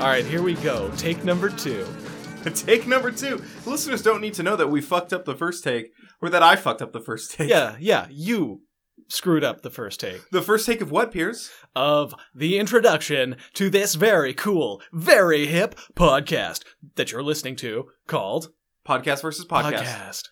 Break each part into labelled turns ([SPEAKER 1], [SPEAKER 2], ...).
[SPEAKER 1] All right, here we go. Take number two.
[SPEAKER 2] take number two. Listeners don't need to know that we fucked up the first take or that I fucked up the first take.
[SPEAKER 1] Yeah, yeah, you screwed up the first take
[SPEAKER 2] The first take of what, Piers?
[SPEAKER 1] of the introduction to this very cool, very hip podcast that you're listening to called
[SPEAKER 2] Podcast versus podcast.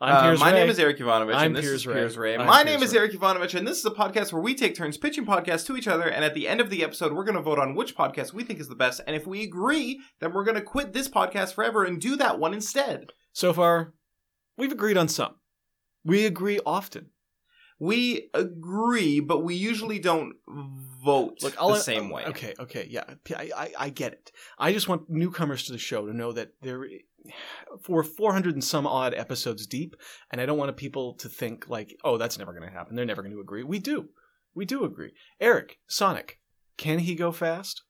[SPEAKER 1] I'm
[SPEAKER 2] Uh,
[SPEAKER 1] Piers
[SPEAKER 2] my
[SPEAKER 1] Ray.
[SPEAKER 2] name is Eric Ivanovich,
[SPEAKER 1] I'm
[SPEAKER 2] and this
[SPEAKER 1] Piers
[SPEAKER 2] is
[SPEAKER 1] Ray.
[SPEAKER 2] Piers Ray.
[SPEAKER 1] I'm
[SPEAKER 2] my
[SPEAKER 1] Piers
[SPEAKER 2] name is
[SPEAKER 1] Ray.
[SPEAKER 2] Eric Ivanovich, and this is a podcast where we take turns pitching podcasts to each other, and at the end of the episode, we're going to vote on which podcast we think is the best, and if we agree, then we're going to quit this podcast forever and do that one instead.
[SPEAKER 1] So far, we've agreed on some. We agree often.
[SPEAKER 2] We agree, but we usually don't vote the same way.
[SPEAKER 1] Okay, okay, yeah, P- I, I, I get it. I just want newcomers to the show to know that there, for 400 and some odd episodes deep, and I don't want people to think like, oh, that's never going to happen. They're never going to agree. We do, we do agree. Eric Sonic, can he go fast?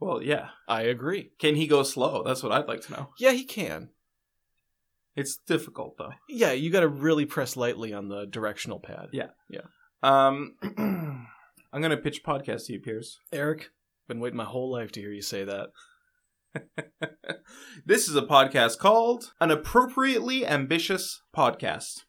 [SPEAKER 2] Well, yeah.
[SPEAKER 1] I agree.
[SPEAKER 2] Can he go slow? That's what I'd like to know.
[SPEAKER 1] Yeah, he can.
[SPEAKER 2] It's difficult though.
[SPEAKER 1] Yeah, you got to really press lightly on the directional pad.
[SPEAKER 2] Yeah. Um, I'm gonna pitch podcast to you, Piers.
[SPEAKER 1] Eric, been waiting my whole life to hear you say that.
[SPEAKER 2] This is a podcast called An Appropriately Ambitious Podcast.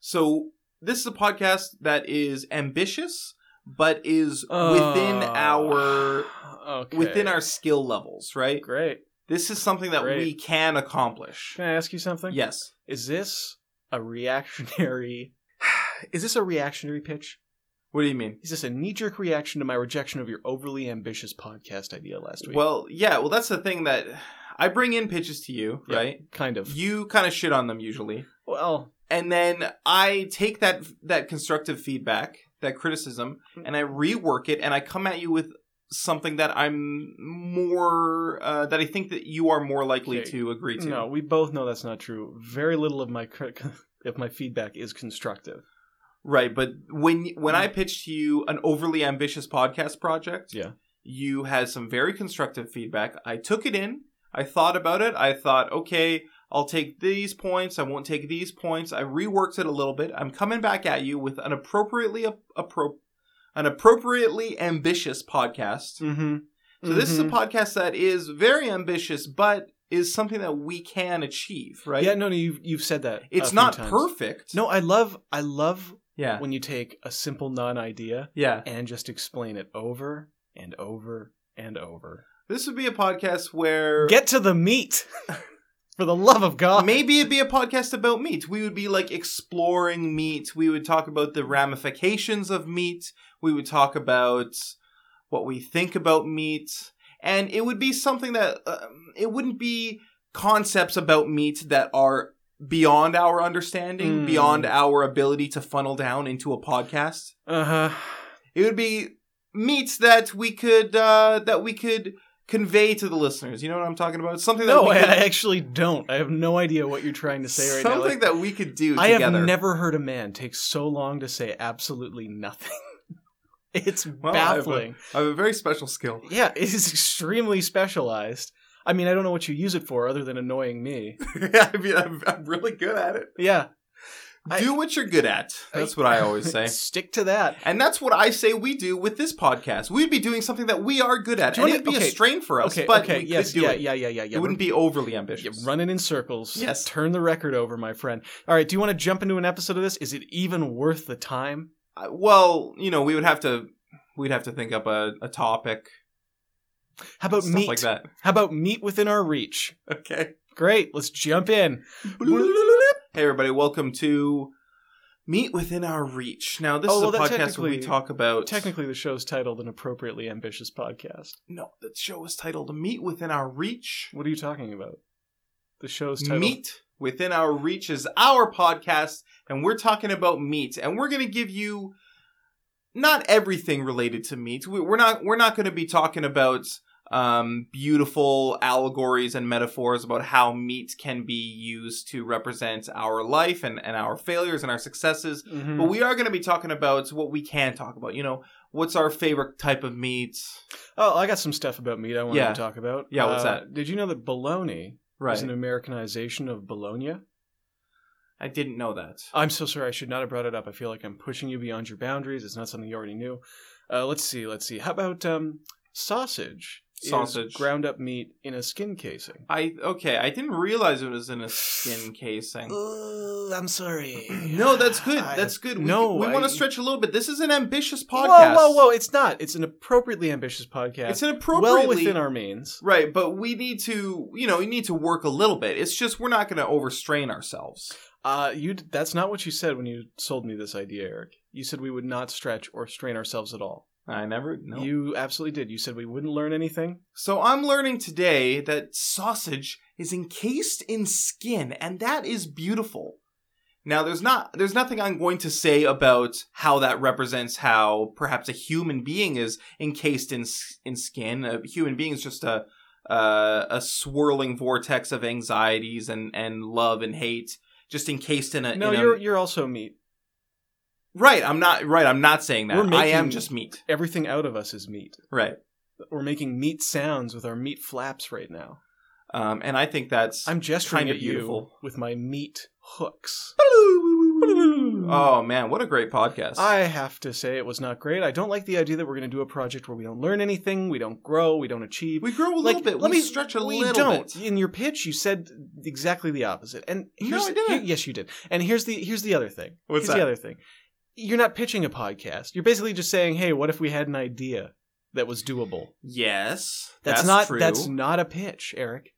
[SPEAKER 2] So this is a podcast that is ambitious, but is within
[SPEAKER 1] Oh,
[SPEAKER 2] our
[SPEAKER 1] okay.
[SPEAKER 2] within our skill levels. Right.
[SPEAKER 1] great.
[SPEAKER 2] This is something that
[SPEAKER 1] Great.
[SPEAKER 2] we can accomplish.
[SPEAKER 1] Can I ask you something?
[SPEAKER 2] Yes.
[SPEAKER 1] Is this a reactionary? Is this a reactionary pitch?
[SPEAKER 2] What do you mean?
[SPEAKER 1] Is this a knee-jerk reaction to my rejection of your overly ambitious podcast idea last week?
[SPEAKER 2] Well, yeah. Well, that's the thing that I bring in pitches to you,
[SPEAKER 1] Yeah.
[SPEAKER 2] right?
[SPEAKER 1] kind of.
[SPEAKER 2] You kind of shit on them usually.
[SPEAKER 1] well,
[SPEAKER 2] and then I take that that constructive feedback, that criticism,
[SPEAKER 1] Mm-hmm.
[SPEAKER 2] and I rework it, and I come at you with something that I'm more uh, that I think that you are more likely
[SPEAKER 1] Okay.
[SPEAKER 2] to agree to.
[SPEAKER 1] no, we both know that's not true. Very little of my crit- if my feedback is constructive.
[SPEAKER 2] Right, but when when I pitched to you an overly ambitious podcast project,
[SPEAKER 1] Mm. Yeah.
[SPEAKER 2] you had some very constructive feedback. I took it in. I thought about it. I thought, okay, I'll take these points. I won't take these points. I reworked it a little bit. I'm coming back at you with an appropriately ap- appro- an appropriately ambitious podcast.
[SPEAKER 1] Mm-hmm.
[SPEAKER 2] So this is a podcast that is very ambitious, but is something that we can achieve. Right?
[SPEAKER 1] Yeah, no, no, you've you've said that. a
[SPEAKER 2] it's
[SPEAKER 1] few
[SPEAKER 2] not
[SPEAKER 1] times.
[SPEAKER 2] perfect.
[SPEAKER 1] No, I love I love
[SPEAKER 2] Yeah.
[SPEAKER 1] when you take a simple non-idea
[SPEAKER 2] Yeah.
[SPEAKER 1] and just explain it over and over and over.
[SPEAKER 2] This would be a podcast where
[SPEAKER 1] Get to the meat, for the love of God.
[SPEAKER 2] maybe it'd be a podcast about meat. We would be like exploring meat. We would talk about the ramifications of meat. We would talk about what we think about meat. And it would be something that um, it wouldn't be concepts about meat that are beyond our understanding,
[SPEAKER 1] Mm.
[SPEAKER 2] beyond our ability to funnel down into a podcast.
[SPEAKER 1] Uh huh.
[SPEAKER 2] It would be meats that we could uh, that we could convey to the listeners. You know what I'm talking about? Something that
[SPEAKER 1] No,
[SPEAKER 2] we
[SPEAKER 1] I,
[SPEAKER 2] could
[SPEAKER 1] I actually don't. I have no idea what you're trying to say right
[SPEAKER 2] something
[SPEAKER 1] now. Like,
[SPEAKER 2] that we could do
[SPEAKER 1] I
[SPEAKER 2] together.
[SPEAKER 1] have never heard a man take so long to say absolutely nothing. it's
[SPEAKER 2] Well, I have a-
[SPEAKER 1] baffling.
[SPEAKER 2] I have a very special skill.
[SPEAKER 1] Yeah, it is extremely specialized. I mean, I don't know what you use it for other than annoying me.
[SPEAKER 2] I mean, I'm, I'm really good at it.
[SPEAKER 1] Yeah, I-
[SPEAKER 2] do what you're good at. That's what I always say.
[SPEAKER 1] stick to that.
[SPEAKER 2] And that's what I say we do with this podcast. We'd be doing something that we are good at,
[SPEAKER 1] Do you
[SPEAKER 2] and
[SPEAKER 1] wanna-
[SPEAKER 2] it'd be
[SPEAKER 1] okay,
[SPEAKER 2] a strain for us,
[SPEAKER 1] okay,
[SPEAKER 2] but
[SPEAKER 1] okay,
[SPEAKER 2] we
[SPEAKER 1] yes,
[SPEAKER 2] could do
[SPEAKER 1] yeah,
[SPEAKER 2] it.
[SPEAKER 1] yeah, yeah, yeah, yeah.
[SPEAKER 2] it wouldn't be overly ambitious.
[SPEAKER 1] You're running in circles.
[SPEAKER 2] Yes.
[SPEAKER 1] Turn the record over, my friend. All right, do you want to jump into an episode of this? Is it even worth the time?
[SPEAKER 2] Uh, well, you know, we would have to, we'd have to think up a, a topic,
[SPEAKER 1] How about
[SPEAKER 2] stuff
[SPEAKER 1] meat?
[SPEAKER 2] like that.
[SPEAKER 1] How about meat within our reach?
[SPEAKER 2] Okay.
[SPEAKER 1] Great, let's jump in.
[SPEAKER 2] Hey, everybody, welcome to Meet Within Our Reach. Now, this
[SPEAKER 1] Oh,
[SPEAKER 2] is a
[SPEAKER 1] well, that
[SPEAKER 2] podcast where we
[SPEAKER 1] technically-
[SPEAKER 2] talk about
[SPEAKER 1] Technically, the show's titled An Appropriately Ambitious Podcast.
[SPEAKER 2] No, the show is titled Meat Within Our Reach.
[SPEAKER 1] What are you talking about? The show's titled.
[SPEAKER 2] Meat Within Our Reach is our podcast, and we're talking about meat, and we're going to give you not everything related to meat. We- We're not we're not going to be talking about um, beautiful allegories and metaphors about how meat can be used to represent our life and, and our failures and our successes.
[SPEAKER 1] Mhm.
[SPEAKER 2] But we are going to be talking about what we can talk about. You know, what's our favorite type of meat?
[SPEAKER 1] Oh, I got some stuff about meat I want
[SPEAKER 2] Yeah.
[SPEAKER 1] to talk about.
[SPEAKER 2] Yeah, what's
[SPEAKER 1] Uh, Did you know that bologna is
[SPEAKER 2] Right.
[SPEAKER 1] an Americanization of bologna?
[SPEAKER 2] I didn't know that.
[SPEAKER 1] I'm so sorry. I should not have brought it up. I feel like I'm pushing you beyond your boundaries. It's not something you already knew. Uh, let's see. Let's see. How about um, sausage is
[SPEAKER 2] Sausage.
[SPEAKER 1] ground up meat in a skin casing.
[SPEAKER 2] I okay. I didn't realize it was in a skin casing.
[SPEAKER 1] Ooh, I'm sorry.
[SPEAKER 2] No, that's good. That's good. We,
[SPEAKER 1] no,
[SPEAKER 2] we want
[SPEAKER 1] I-
[SPEAKER 2] to stretch a little bit. This is an ambitious
[SPEAKER 1] Whoa,
[SPEAKER 2] podcast.
[SPEAKER 1] whoa, whoa! It's not. It's an appropriately ambitious podcast.
[SPEAKER 2] It's an appropriately
[SPEAKER 1] well within our means.
[SPEAKER 2] right, but we need to, you know, we need to work a little bit. It's just we're not going to overstrain ourselves.
[SPEAKER 1] Uh, you. d- That's not what you said when you sold me this idea, Eric. You said we would not stretch or strain ourselves at all.
[SPEAKER 2] I never. No.
[SPEAKER 1] You absolutely did. You said we wouldn't learn anything.
[SPEAKER 2] So I'm learning today that sausage is encased in skin, and that is beautiful. Now there's not there's nothing I'm going to say about how that represents how perhaps a human being is encased in s- in skin. A human being is just a uh, a swirling vortex of anxieties and and love and hate, just encased in a
[SPEAKER 1] No,
[SPEAKER 2] in a-
[SPEAKER 1] you're you're also meat.
[SPEAKER 2] right. I'm not right. I'm not saying that.
[SPEAKER 1] We're
[SPEAKER 2] I am
[SPEAKER 1] making-
[SPEAKER 2] just meat.
[SPEAKER 1] Everything out of us is meat.
[SPEAKER 2] Right.
[SPEAKER 1] We're making meat sounds with our meat flaps right now.
[SPEAKER 2] Um, and I think that's
[SPEAKER 1] I'm gesturing
[SPEAKER 2] Kinda
[SPEAKER 1] at you
[SPEAKER 2] beautiful.
[SPEAKER 1] with my meat hooks.
[SPEAKER 2] Oh man, what a great podcast!
[SPEAKER 1] I have to say it was not great. I don't like the idea that we're going to do a project where we don't learn anything, we don't grow, we don't achieve.
[SPEAKER 2] we grow a
[SPEAKER 1] like,
[SPEAKER 2] little bit.
[SPEAKER 1] let
[SPEAKER 2] we
[SPEAKER 1] me
[SPEAKER 2] stretch a
[SPEAKER 1] we
[SPEAKER 2] little
[SPEAKER 1] don't.
[SPEAKER 2] bit.
[SPEAKER 1] In your pitch, you said exactly the opposite. And
[SPEAKER 2] No,
[SPEAKER 1] here's,
[SPEAKER 2] I didn't.
[SPEAKER 1] he- yes, you did. And here's the here's the other thing.
[SPEAKER 2] What's
[SPEAKER 1] here's
[SPEAKER 2] that?
[SPEAKER 1] the other thing. You're not pitching a podcast. You're basically just saying, "Hey, what if we had an idea that was doable?"
[SPEAKER 2] Yes,
[SPEAKER 1] That's,
[SPEAKER 2] that's,
[SPEAKER 1] not
[SPEAKER 2] true.
[SPEAKER 1] that's not a pitch, Eric.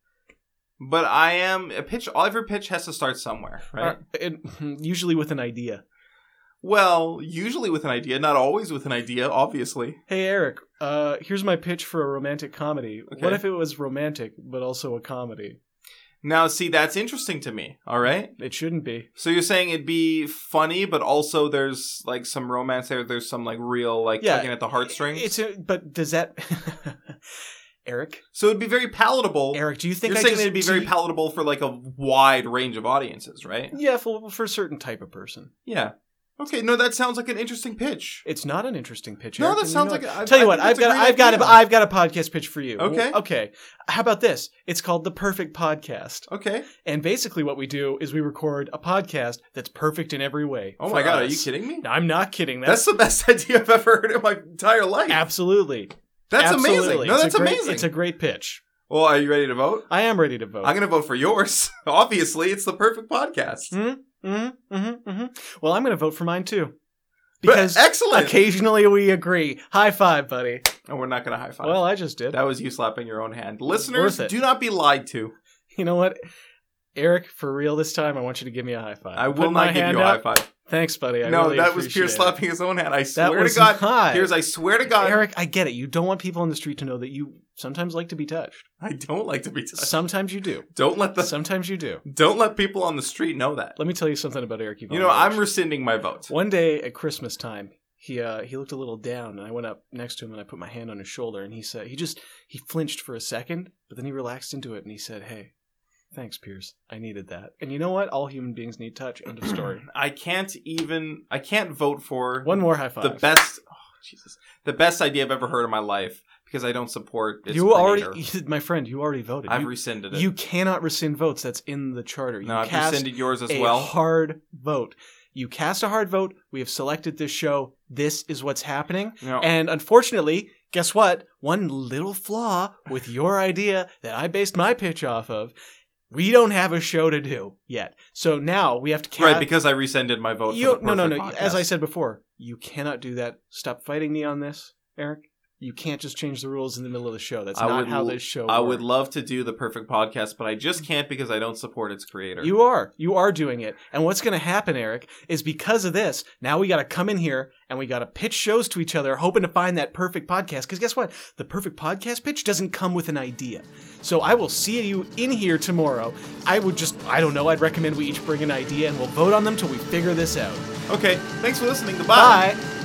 [SPEAKER 2] But I am a pitch. Every pitch has to start somewhere,
[SPEAKER 1] Uh,
[SPEAKER 2] right?
[SPEAKER 1] it- usually with an idea.
[SPEAKER 2] Well, usually with an idea, not always with an idea, obviously.
[SPEAKER 1] Hey, Eric. Uh, here's my pitch for a romantic comedy. What
[SPEAKER 2] Okay.
[SPEAKER 1] if it was romantic but also a comedy?
[SPEAKER 2] Now, see, that's interesting to me. All right.
[SPEAKER 1] It shouldn't be.
[SPEAKER 2] So you're saying it'd be funny, but also there's like some romance there. There's some like real like
[SPEAKER 1] Yeah,
[SPEAKER 2] tugging at the heartstrings.
[SPEAKER 1] It's a, but does that Eric?
[SPEAKER 2] so it'd be very palatable.
[SPEAKER 1] Eric, do you think
[SPEAKER 2] You're
[SPEAKER 1] I
[SPEAKER 2] saying
[SPEAKER 1] just,
[SPEAKER 2] it'd be
[SPEAKER 1] do
[SPEAKER 2] very
[SPEAKER 1] you-
[SPEAKER 2] palatable for like a wide range of audiences, right?
[SPEAKER 1] Yeah, for, for a certain type of person.
[SPEAKER 2] Yeah. Okay. No, that sounds like an interesting pitch.
[SPEAKER 1] It's not an interesting pitch.
[SPEAKER 2] No,
[SPEAKER 1] Eric,
[SPEAKER 2] that
[SPEAKER 1] and
[SPEAKER 2] sounds
[SPEAKER 1] know
[SPEAKER 2] like.
[SPEAKER 1] it.
[SPEAKER 2] I,
[SPEAKER 1] Tell you
[SPEAKER 2] I
[SPEAKER 1] what,
[SPEAKER 2] think
[SPEAKER 1] I've got,
[SPEAKER 2] that's
[SPEAKER 1] I've
[SPEAKER 2] a
[SPEAKER 1] got,
[SPEAKER 2] great
[SPEAKER 1] a,
[SPEAKER 2] idea.
[SPEAKER 1] I've got a podcast pitch for you.
[SPEAKER 2] Okay.
[SPEAKER 1] Well, okay. How about this? It's called the Perfect Podcast,
[SPEAKER 2] Okay.
[SPEAKER 1] and basically what we do is we record a podcast that's perfect in every way.
[SPEAKER 2] Oh
[SPEAKER 1] for
[SPEAKER 2] my god, are
[SPEAKER 1] us.
[SPEAKER 2] you kidding me?
[SPEAKER 1] No, I'm not kidding. That's,
[SPEAKER 2] That's the best idea I've ever heard in my entire life.
[SPEAKER 1] absolutely.
[SPEAKER 2] that's amazing.
[SPEAKER 1] absolutely.
[SPEAKER 2] No,
[SPEAKER 1] It's a
[SPEAKER 2] that's
[SPEAKER 1] great-
[SPEAKER 2] amazing.
[SPEAKER 1] It's a great pitch.
[SPEAKER 2] well, are you ready to vote?
[SPEAKER 1] I am ready to vote.
[SPEAKER 2] I'm going to vote for yours. Obviously, it's the perfect podcast.
[SPEAKER 1] Mm, mm-hmm, mm-hmm, mm-hmm. Well, I'm going to vote for mine too,
[SPEAKER 2] But
[SPEAKER 1] because
[SPEAKER 2] excellent.
[SPEAKER 1] occasionally we agree. High five, buddy.
[SPEAKER 2] And we're not going to high five.
[SPEAKER 1] Well, I just did.
[SPEAKER 2] that was you slapping your own hand.
[SPEAKER 1] Worth
[SPEAKER 2] Listeners,
[SPEAKER 1] it.
[SPEAKER 2] do not be lied to.
[SPEAKER 1] You know what, Eric? For real this time, I want you to give me a high five.
[SPEAKER 2] I will
[SPEAKER 1] Uh, Put my
[SPEAKER 2] not give
[SPEAKER 1] hand
[SPEAKER 2] you a high
[SPEAKER 1] up.
[SPEAKER 2] five.
[SPEAKER 1] Thanks, buddy. I
[SPEAKER 2] no,
[SPEAKER 1] really
[SPEAKER 2] that was
[SPEAKER 1] appreciate
[SPEAKER 2] Pierce
[SPEAKER 1] it.
[SPEAKER 2] slapping his own hand. I
[SPEAKER 1] That
[SPEAKER 2] swear to
[SPEAKER 1] was
[SPEAKER 2] God.
[SPEAKER 1] not.
[SPEAKER 2] Here's, I swear to God,
[SPEAKER 1] Eric, I get it. You don't want people on the street to know that you sometimes like to be touched.
[SPEAKER 2] I don't like to be touched.
[SPEAKER 1] Sometimes you do.
[SPEAKER 2] Don't let the
[SPEAKER 1] Sometimes you do.
[SPEAKER 2] don't let people on the street know that.
[SPEAKER 1] Let me tell you something about Eric.
[SPEAKER 2] You know, I'm
[SPEAKER 1] Ivanovich.
[SPEAKER 2] rescinding my vote.
[SPEAKER 1] One day at Christmas time, he uh, he looked a little down, and I went up next to him and I put my hand on his shoulder, and he said he just he flinched for a second, but then he relaxed into it and he said, "Hey, thanks, Pierce. I needed that." And you know what? All human beings need touch. End of story.
[SPEAKER 2] I can't even. I can't vote for
[SPEAKER 1] One more high
[SPEAKER 2] the
[SPEAKER 1] five.
[SPEAKER 2] best. Oh, Jesus, the best idea I've ever heard in my life because I don't support. Its
[SPEAKER 1] you already,
[SPEAKER 2] creator.
[SPEAKER 1] my friend, you already voted.
[SPEAKER 2] I've
[SPEAKER 1] you,
[SPEAKER 2] rescinded it.
[SPEAKER 1] you cannot rescind votes. That's in the charter. You
[SPEAKER 2] no, I've
[SPEAKER 1] cast
[SPEAKER 2] rescinded yours as
[SPEAKER 1] a
[SPEAKER 2] well.
[SPEAKER 1] hard vote. You cast a hard vote. We have selected this show. This is what's happening.
[SPEAKER 2] No.
[SPEAKER 1] And unfortunately, guess what? One little flaw with your idea that I based my pitch off of, we don't have a show to do yet. So now we have to cast.
[SPEAKER 2] right, because I rescinded my vote.
[SPEAKER 1] you,
[SPEAKER 2] for the
[SPEAKER 1] no, no, no.
[SPEAKER 2] Perfect
[SPEAKER 1] As
[SPEAKER 2] Podcast.
[SPEAKER 1] I said before, you cannot do that. Stop fighting me on this, Eric. You can't just change the rules in the middle of the show. That's
[SPEAKER 2] I
[SPEAKER 1] not
[SPEAKER 2] would
[SPEAKER 1] how
[SPEAKER 2] l-
[SPEAKER 1] this show.
[SPEAKER 2] I would
[SPEAKER 1] works.
[SPEAKER 2] love to do the perfect podcast, but I just can't because I don't support its creator.
[SPEAKER 1] You are. You are doing it. And what's going to happen, Eric, is because of this, now we got to come in here and we got to pitch shows to each other, hoping to find that perfect podcast. Because guess what? The perfect podcast pitch doesn't come with an idea. So I will see you in here tomorrow. I would just, I don't know, I'd recommend we each bring an idea and we'll vote on them till we figure this out.
[SPEAKER 2] okay, thanks for listening. Goodbye.
[SPEAKER 1] Bye.